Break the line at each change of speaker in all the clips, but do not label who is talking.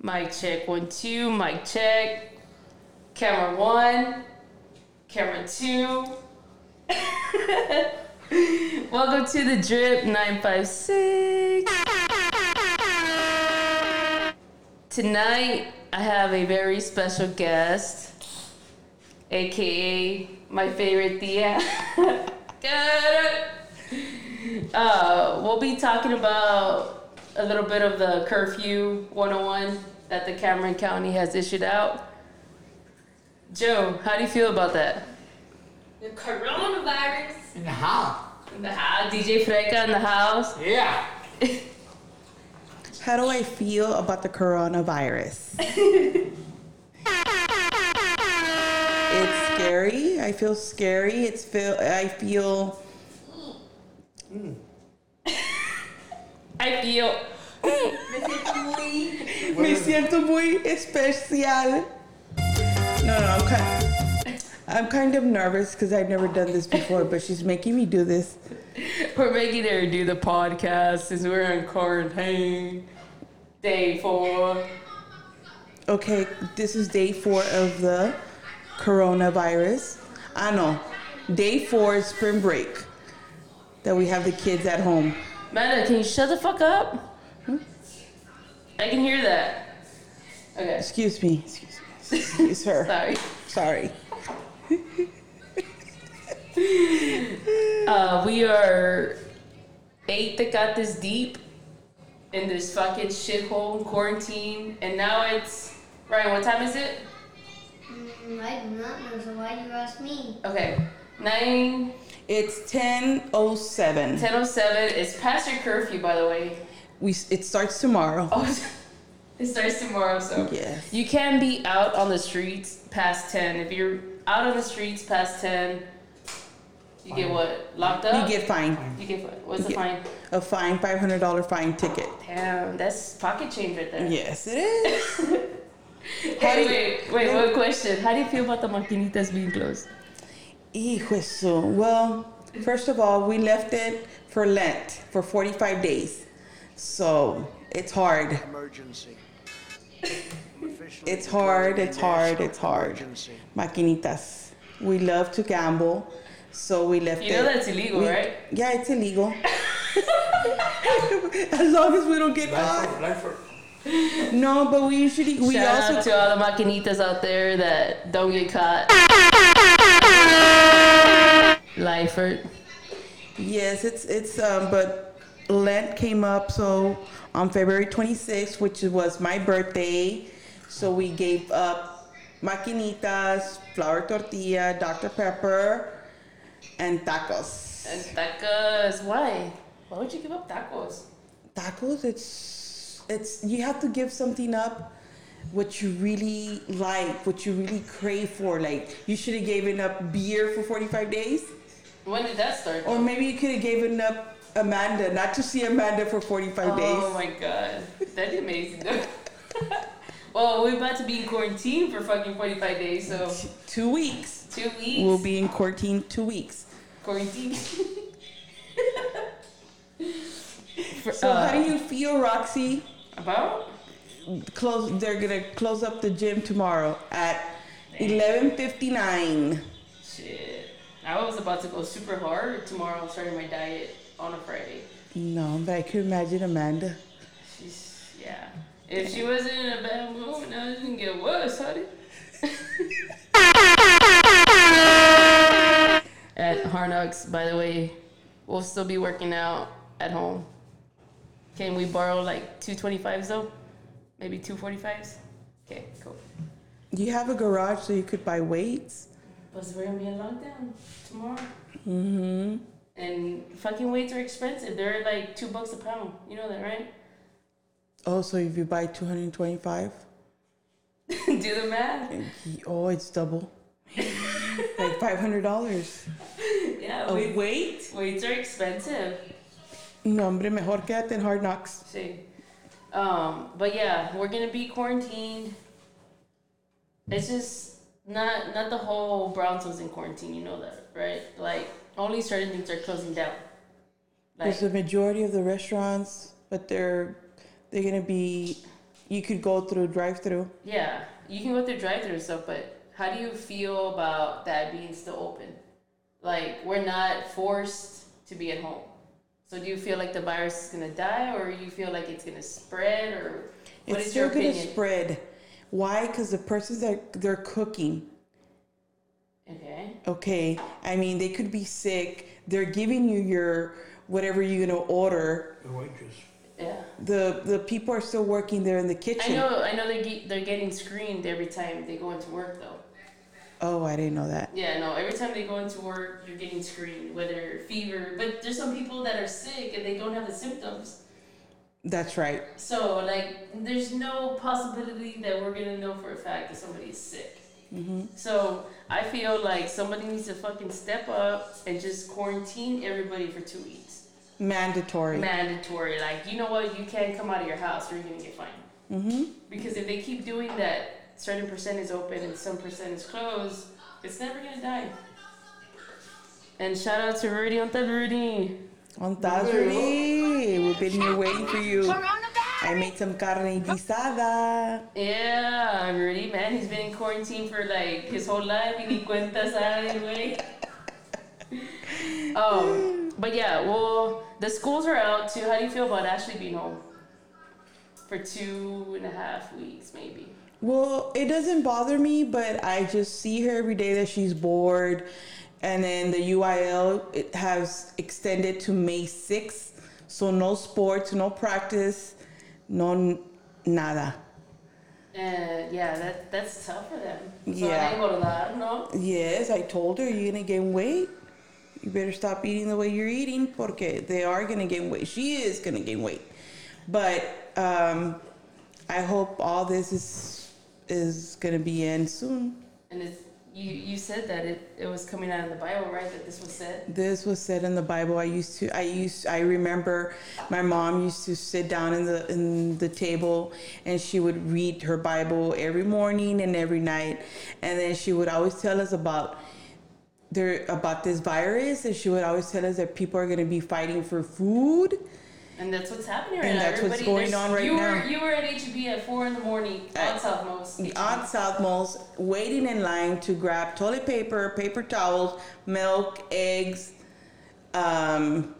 Mic check one, two, mic check. Camera one, camera two. Welcome to the Drip 956. Tonight, I have a very special guest, aka my favorite Thea. uh, we'll be talking about a little bit of the curfew 101 that the Cameron County has issued out. Joe, how do you feel about that?
The coronavirus.
In the house.
In the house, DJ Freca in the house.
Yeah.
How do I feel about the coronavirus? it's scary. I feel scary. It's feel I feel
I feel
me siento muy especial. No, no, I'm kind I'm kind of nervous because I've never done this before, but she's making me do this.
we're making her do the podcast since we're in quarantine. Day four.
Okay, this is day four of the coronavirus. I know. Day four is spring break that we have the kids at home.
Amanda, can you shut the fuck up? Hmm? I can hear that. Okay,
Excuse me. Excuse me. Excuse her.
sorry.
Sorry.
Uh, we are eight that got this deep in this fucking shithole quarantine, and now it's Ryan. What time is it?
Mm, I do not know, so why do you ask me?
Okay, nine
It's 10:07.
ten oh seven. It's past your curfew, by the way.
We it starts tomorrow.
Oh, it starts tomorrow, so
Yes.
you can be out on the streets past ten. If you're out on the streets past ten, you get what locked up.
You get fined.
you get fi- what's the
you
fine?
get- A fine, $500 fine ticket.
Damn, that's pocket change right there.
Yes, it is. How do
Hey,
you-
wait, wait, one question. How do you feel about the maquinitas being closed?
Hijo de su- Well, first of all, we left it for Lent for 45 days. So, it's hard.
Emergency.
It's hard, it's hard, it's hard. Maquinitas. We love to gamble, so we left
You
it.
know that's illegal,
We-
right?
Yeah, it's illegal. as long as we don't get caught.
Life, life,
No, but we usually we
Shout out
also
to all the maquinitas out there that don't get caught. Lifert.
yes, it's it's um, but Lent came up so on February 26th, which was my birthday, so we gave up maquinitas, flour tortilla, Dr Pepper, and tacos.
And tacos. Why? Why would you give up tacos?
Tacos, it's it's you have to give something up. What you really like, what you really crave for, like you should have given up beer for 45 days.
When did that start?
Or maybe you could have given up Amanda, not to see Amanda for 45
Oh
days.
my god. That'd be amazing though. well, we're about to be in quarantine for fucking 45 days, so
T- Two weeks.
two weeks.
We'll be in quarantine two weeks.
quarantine. For-
So
uh,
how do you feel, Roxy?
about?
Close. They're gonna close up the gym tomorrow at 11:59.
Shit. I was about to go super hard tomorrow. I'm starting my diet on a Friday.
No, but I could imagine Amanda.
She's, yeah. If she wasn't in a bad mood, now it's gonna get worse, honey. at Harnox, by the way, we'll still be working out at home. Can we borrow like 225s though? Maybe 245s? Okay, cool.
You have a garage, so you could buy weights.
Because we're gonna be in lockdown tomorrow. Mm-hmm. And fucking weights are expensive. They're like two bucks a pound. You know that, right?
Oh, so if you buy 225,
Do the math.
oh, it's double. like $500.
Yeah,
A
weight,
weight?
weights are expensive.
No, hombre, mejor quédate en Hard Knocks.
See. Um, but yeah, we're gonna be quarantined. It's just not not the whole Brownsville's in quarantine. You know that, right? Like only certain things are closing down. Like
There's the majority of the restaurants, but they're they're gonna be you could go through drive-through.
Yeah, you can go through drive-through and stuff, but how do you feel about that being still open? Like we're not forced to be at home. So do you feel like the virus is gonna die, or you feel like it's gonna spread, or what
it's
is
still
your
gonna
opinion?
spread. Why? Because the persons that they're cooking.
okay.
Okay, I mean they could be sick. They're giving you your whatever you're gonna order.
The waitress.
Yeah.
The the people are still working there in the
I
kitchen.
know. I know they're ge- they're getting screened every time they go into work though.
Oh, I didn't know that.
Yeah, no. Every time they go into work, you're getting screened, whether fever. But there's some people that are sick and they don't have the symptoms.
That's right.
So like, there's no possibility that we're gonna know for a fact that somebody is sick. So I feel like somebody needs to fucking step up and just quarantine everybody for two weeks.
Mandatory.
mandatory. Like, you know what? You can't come out of your house or you're gonna get fined. Mm-hmm. Because if they keep doing that, certain percent is open and some percent is closed. It's never gonna die. And shout out to Rudy on that Rudy.
On Thursday, we've been here waiting for you. I made some carne guisada.
Yeah, Rudy, man, he's been in quarantine for like his whole life. He ni cuenta sabe, güey. Um, but yeah, well, the schools are out too. How do you feel about Ashley being home for two and a half weeks, maybe?
Well, it doesn't bother me, but I just see her every day that she's bored. And then the UIL it has extended to May 6th. So no sports, no practice, no n- nada.
And yeah, that that's tough for them.
Yeah.
So I go to that, no?
Yes, I told her you're gonna gain weight. You better stop eating the way you're eating, porque they are gonna gain weight. She is gonna gain weight, but um, I hope all this is is gonna be end soon.
And it's, you you said that it, it was coming out of the Bible, right? That this was said.
This was said in the Bible. I used to. I used. I remember my mom used to sit down in the in the table, and she would read her Bible every morning and every night, and then she would always tell us about there about this virus, and she would always tell us that people are going to be fighting for food.
And that's what's happening right
And
now.
that's what's
Everybody-
going on
there's-
right
you
now.
Were, you were at HEB at four in the morning
Uh,
on South Most.
On South Malls, waiting in line to grab toilet paper, paper towels, milk, eggs. Um,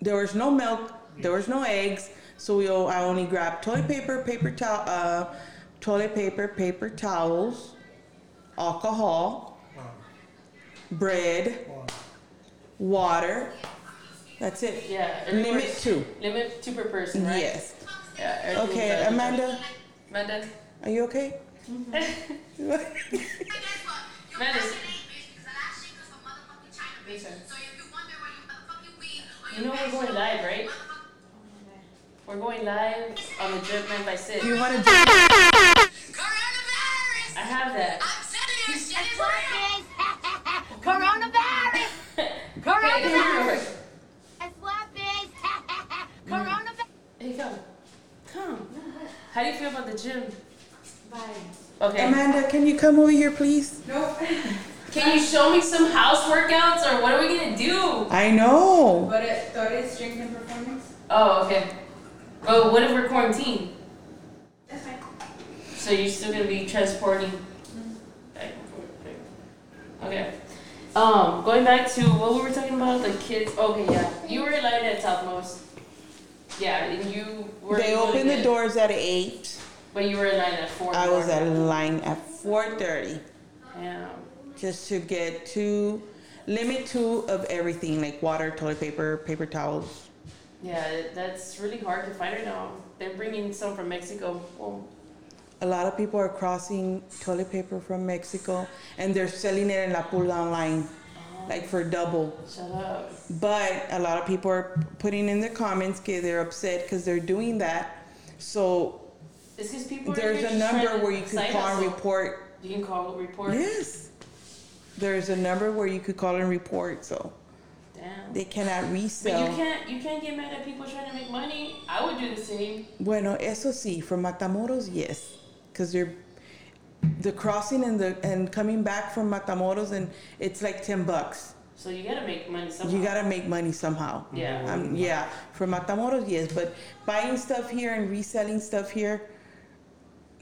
there was no milk, there was no eggs, so we all, I only grabbed toilet paper, paper towel, uh, toilet paper, paper towels, alcohol,
Wow.
bread,
Wow.
water. That's it.
Yeah. every
Limit
person-
two.
Limit two per person, right?
Yes.
Yeah. everything
Okay,
was out of the
Amanda,
Bible. Amanda.
are you okay?
Amanda. You know we're going live, right? We're going live on the Drip Man by Sid.
you want to?
I have that.
Coronavirus!
Hey, come here real quick.
That's what, bitch! Coronavirus!
Hey, come. Come. How do you feel about the gym? Okay.
Amanda, can you come over here, please?
Can you show me some house workouts or what are we gonna do?
I know.
But it, Doris drinking performance?
Oh, okay. Well, what if we're quarantined?
That's fine. Mm-hmm.
So you're still gonna be transporting back and forth. back and forth. Okay. Um, going back to what we were talking about, the kids. Okay, yeah. You were light at Topmost. Yeah, and you were. really
they opened the
good,
doors at eight.
But you were in line at four.
I was
more.
at line at four thirty
Yeah.
just to get two, limit two of everything like water, toilet paper, paper towels.
Yeah, that's really hard to find right now. They're bringing some from Mexico. Well,
A lot of people are crossing toilet paper from Mexico and they're selling it in La Pulga online, like for double.
shut up.
But a lot of people are putting in their comments, okay, they're upset because they're doing that. So
It's because people.
there's
are just
a number
trying to
where you could
side
call and
hustle.
report
You can call report.
Yes. There's a number where you could call and report, so
Damn.
they cannot
but
resell.
you can't. You can't get mad at people trying to make money. I would do the same.
Bueno, eso sí, from Matamoros, yes, because they're the crossing and the and coming back from Matamoros, and it's like ten bucks.
So you gotta make money somehow.
You gotta make money somehow.
Uh-huh. Yeah.
Um, yeah, from Matamoros, yes, but buying stuff here and reselling stuff here,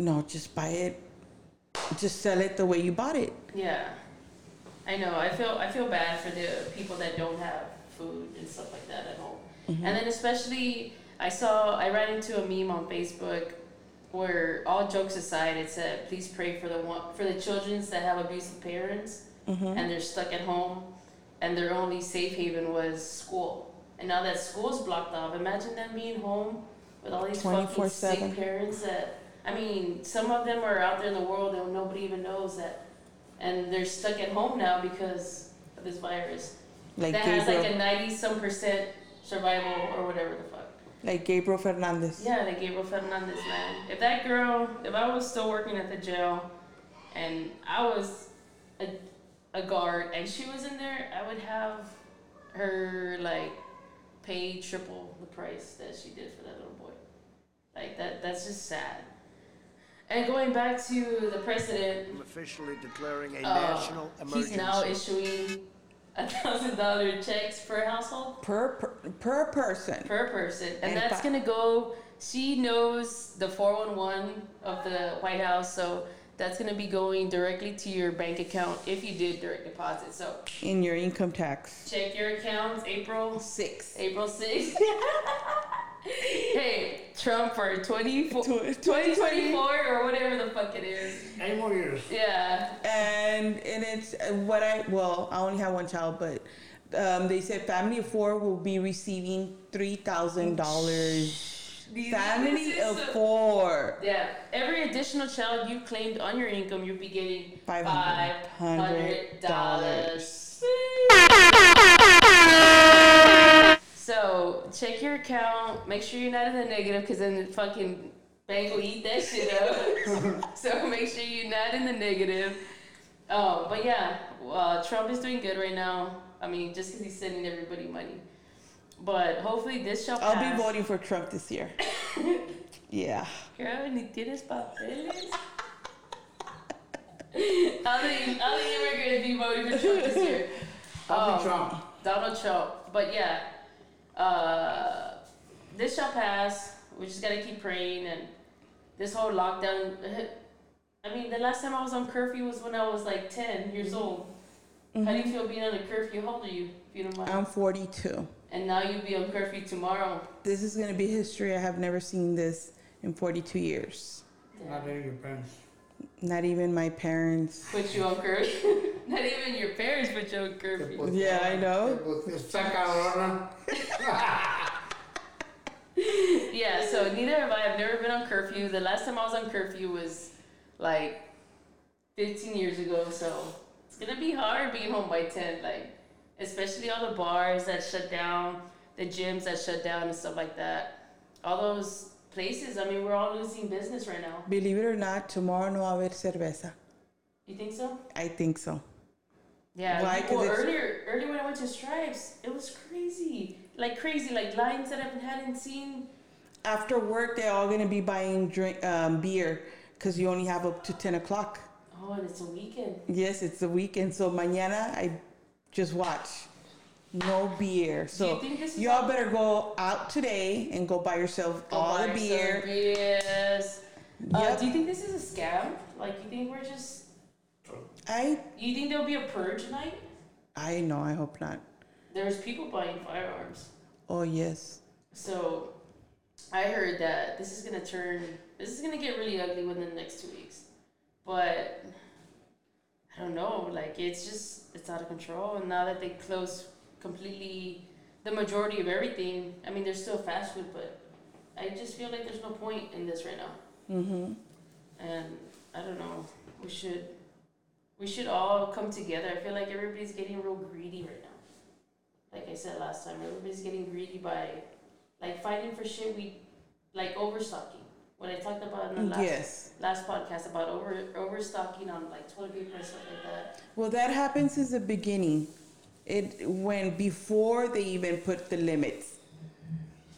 no, just buy it. Just sell it the way you bought it.
Yeah, I know. I feel I feel bad for the people that don't have food and stuff like that at home.
Mm-hmm.
And then especially, I saw I ran into a meme on Facebook where all jokes aside, it said, "Please pray for the one for the children that have abusive parents
Mm-hmm.
and they're stuck at home, and their only safe haven was school. And now that school's blocked off, imagine them being home with all these fucking sick
24/7.
parents that." I mean, some of them are out there in the world and nobody even knows that and they're stuck at home now because of this virus
Like
that has
Gabriel,
like
like,
a 90 some percent survival or whatever the fuck.
Gabriel Fernandez.
Yeah, like Gabriel Fernandez, man. If that girl, if I was still working at the jail and I was a, a guard and she was in there, I would have her like pay triple the price that she did for that little boy. Like that that's just sad. And going back to the president,
I'm officially declaring a
uh,
national emergency.
Um, he's now issuing a thousand dollar checks per household
Per, per per person.
per person, and,
And
that's
fi-
gonna go. She knows the four one one of the White House, so that's gonna be going directly to your bank account if you did direct deposit. So
in your income tax.
check your accounts, April
Six.
April sixth. hey, Trump for 24,
Tw-
2024 or whatever the fuck it is.
Eight more years.
Yeah.
And and it's uh, what I well, I only have one child, but um, they said family of four will be receiving three thousand dollars. Family
This is
of
so-
four.
Yeah, every additional child you claimed on your income, you'll be getting five
$500.
hundred dollars. So check your account. Make sure you're not in the negative, because then the fucking bank will eat that shit up. so make sure you're not in the negative. Oh, but yeah, uh, Trump is doing good right now. I mean, just because he's sending everybody money. But hopefully this shall pass.
I'll be voting for Trump this year. yeah.
Girl, ni tienes papeles. I'll think I'll think we're gonna be voting for Trump this year.
Donald
Um,
Trump.
Donald Trump. But yeah, uh, this shall pass. We just gotta keep praying and this whole lockdown. I mean, the last time I was on curfew was when I was like ten years old. How do you feel being on a curfew? How old are you, if you don't mind?
I'm 42.
and now you'll be on curfew tomorrow.
This is going to be history. I have never seen this in 42 years.
Not even your parents.
Not even my parents.
Put you on curfew. Not even your parents put you on curfew.
Yeah, I know.
Yeah, so neither have I. I've never been on curfew. The last time I was on curfew was like 15 years ago, so it's gonna be hard being home by 10. Like, especially all the bars that shut down, the gyms that shut down, and stuff like that. All those places, I mean, we're all losing business right now.
Believe it or not, tomorrow no va a haber cerveza.
You think so?
I think so.
Yeah,
Why?
people-
'Cause it's-
earlier, earlier when I went to Stripes, it was crazy. Like, crazy. Like, lines that I hadn't seen
After work, they're all going to be buying drink um, beer because you only have up to 10 o'clock.
Oh, and it's a weekend.
Yes, it's the weekend. So mañana, I just watch. No beer. So
you think this is
all
all-
better go out today and go buy yourself all the
Budweiser,
beer.
Yes. Uh,
Yep.
do you think this is a scam? Like, you think we're just?
I
You think there'll be a purge night?
I know. I hope not.
There's people buying firearms,
Oh yes.
so I heard that this is gonna turn. This is gonna get really ugly within the next two weeks, but I don't know. Like, it's just it's out of control. And now that they close completely the majority of everything, I mean, there's still fast food, but I just feel like there's no point in this right now.
Mm-hmm.
and I don't know. We should we should all come together. I feel like everybody's getting real greedy right now. Like I said last time, everybody's getting greedy by like fighting for shit we like overstocking. What I talked about in the last
Yes.
last podcast about over overstocking on like toilet paper and stuff like that.
Well, that happens since the beginning. It when before they even put the limits,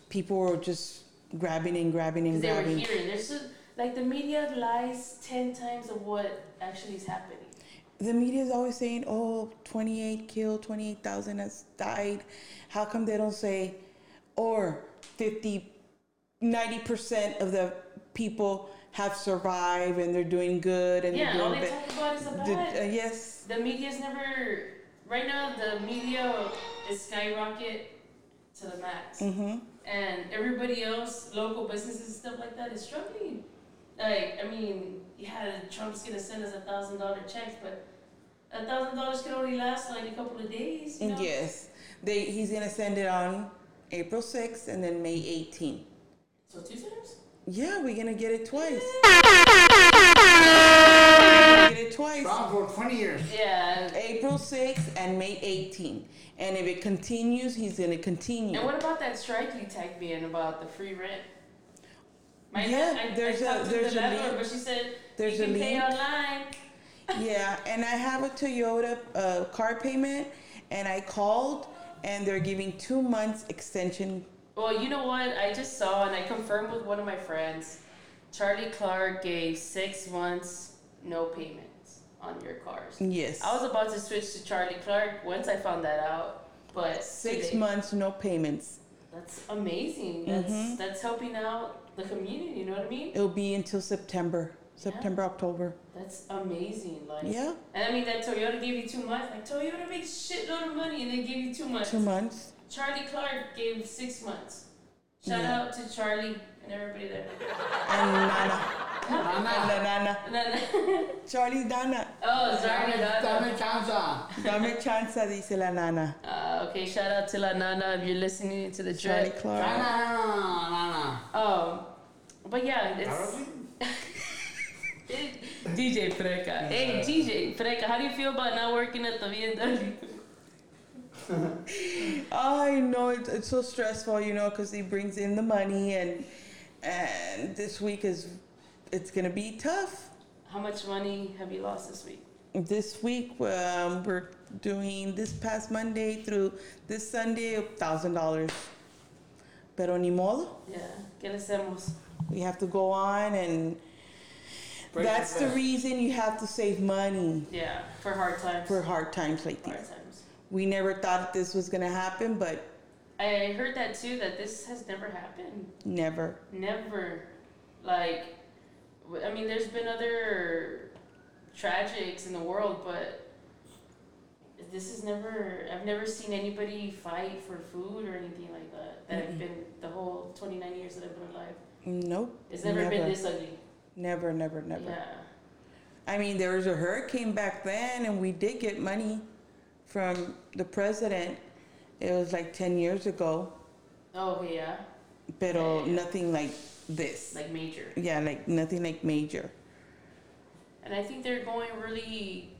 people were just grabbing and grabbing and
Because they were
grabbing.
hearing there's a, like the media lies ten times of what actually is happening.
The media is always saying, "Oh, 28 killed, 28,000 has died." How come they don't say, or 50, 90 percent of the people have survived and they're doing good and
yeah,
they're
all
doing
they
ba-
talk about is the
the-
bad.
uh, yes,
the media's never right now the media is skyrocket to the max
hmm
and everybody else local businesses and stuff like that is struggling like i mean yeah trump's gonna send us a thousand dollar checks but a thousand dollars can only last like a couple of days you know?
yes. They he's gonna send it on April 6th and then May 18th.
so two times
Yeah, we're gonna get it twice. We're gonna get it twice.
Trump for 20 years.
yeah
April 6th and May 18th. And if it continues, he's going to continue.
and what about that strike you tagged me in about the free rent my
Yeah,
I,
there's
I
a-
talked to
there's
the
a
landlord,
link.
but she said
There's
you
a
can pay
link.
online
Yeah, and I have a Toyota uh, car payment, and I called, and they're giving two months extension.
Well, you know what? I just saw and I confirmed with one of my friends. Charlie Clark gave six months no payments on your cars.
Yes.
I was about to switch to Charlie Clark once I found that out, but
Six
today-
months, no payments.
That's amazing. That's
Mm-hmm.
that's helping out the community. You know what I mean?
It'll be until September, September, October.
That's amazing. Like
Yeah.
And I mean that Toyota gave you two months. Like Toyota makes shitload of money and they give you two months.
Two months.
Charlie Clark gave six months. Shout
Yeah.
out to Charlie and everybody there.
And Nana.
Ah.
Nana, Nana.
And then.
Charlie Nana.
Oh, sorry,
Dame
Nana.
chance.
Dame chanza, dice la Nana.
Uh, okay, shout out to La Nana if you're listening to the
Charlie
trip.
Nana,
Clark.
nana, nana.
Um, but yeah, it's
Arabic?
DJ Freca. Hey, DJ Freca, how do you feel about not working at the BMW?
I know it's, it's so stressful, you know, because he brings in the money, and and this week is it's gonna be tough.
How much money have you lost this week?
This week um, we're doing this past Monday through this Sunday thousand dollars. Pero ni modo,
Yeah, ¿qué le hacemos?
we have to go on, and
Pray
that's
for
the
that.
reason you have to save money
Yeah, for hard times.
for hard times like
hard
these.
times.
We never thought this was gonna happen, but
I heard that too, that this has never happened.
never.
Never. Like, w- I mean, there's been other tragics in the world, but this is never, I've never seen anybody fight for food or anything like that. That I've been, the whole 29 years that I've been alive.
Nope.
It's never, been this ugly.
Never, never, never.
Yeah.
I mean, there was a hurricane back then, and we did get money from the president. It was like 10 years ago,
Oh, okay, yeah.
but uh,
Yeah, yeah, yeah.
nothing like this.
Like major.
yeah, like nothing like major.
And I think they're going really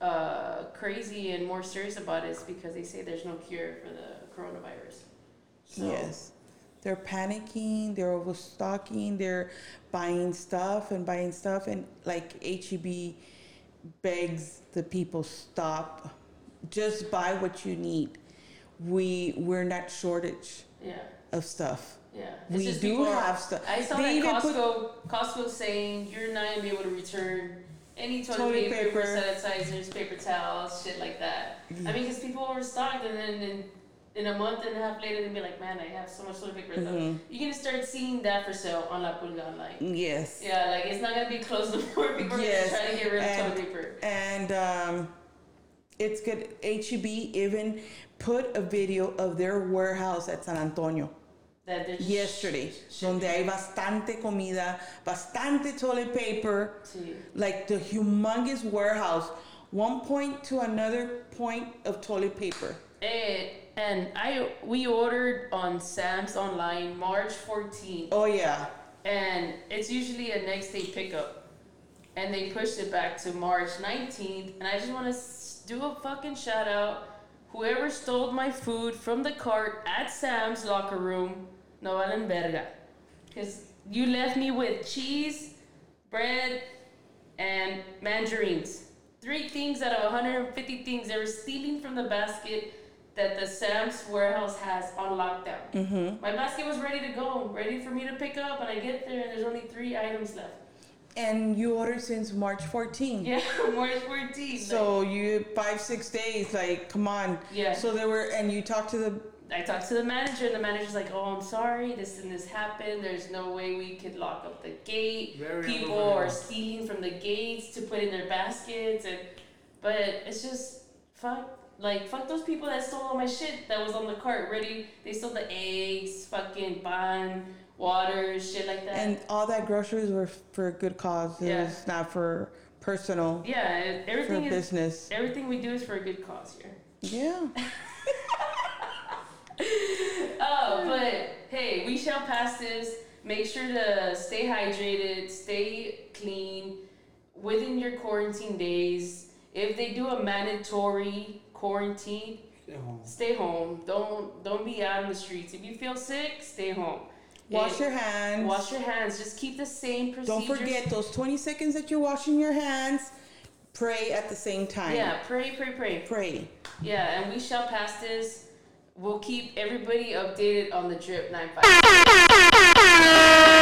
uh, crazy and more serious about it is because they say there's no cure for the coronavirus. So,
Yes. They're panicking, they're overstocking, they're buying stuff and buying stuff. And like HEB begs the people stop, just buy what you need. We, we're not shortage
Yeah.
of stuff.
Yeah,
We do
people are-
have stuff.
I saw
They
that
even put-
Costco. Costco saying you're not gonna be able to return any toilet,
Toilet
paper,
paper.
sanitizers, paper towels, shit like that. I mean, because people overstocked, and then in, in a month and a half later, they'll be like, "Man, I have so much toilet paper." left."
Mm-hmm.
You're gonna start seeing that for sale on La Pulga online.
Yes.
Yeah, like it's not gonna be closed before people
Yes,
are gonna try to get rid of
and-
toilet paper.
and um, it's good. HEB even put a video of their warehouse at San Antonio
That they're just
yesterday, donde hay bastante comida, bastante toilet paper,
to
like the humongous warehouse, one point to another point of toilet paper.
and Eh, and I we ordered on Sam's online March 14th.
Oh yeah,
and it's usually a next day pickup. And they pushed it back to March 19th. And I just want to do a fucking shout out. Whoever stole my food from the cart at Sam's locker room, no valen verga. Because you left me with cheese, bread, and mandarins. Three things out of 150 things they were stealing from the basket that the Sam's warehouse has on lockdown. My basket was ready to go, ready for me to pick up, and I get there and there's only three items left.
and you ordered since March 14.
Yeah, March 14.
So you five six days, like come on.
Yeah.
So there were, and you talked to the
I talked to the manager, and the manager's like, "Oh, I'm sorry, this and this happened. There's no way we could lock up the gate.
Very
People
unprofessional.
are stealing from the gates to put in their baskets, and but it's just fuck." Like fuck those people that stole all my shit that was on the cart ready. They stole the eggs, fucking bun, water, shit like that.
And all that groceries were for a good cause. It
Yeah.
was not for personal,
yeah, it-
for
everything is
business.
everything we do is for a good cause here.
Yeah.
Oh, but hey, we shall pass this. Make sure to stay hydrated, stay clean within your quarantine days. If they do a mandatory quarantine,
Stay home.
stay home. Don't don't be out in the streets. If you feel sick, stay home.
Wash
It-
your hands.
Wash your hands. Just keep the same procedure.
Don't forget those 20 seconds that you're washing your hands. Pray at the same time.
Yeah, pray, pray, pray.
Pray.
Yeah, and we shall pass this. We'll keep everybody updated on the drip 95.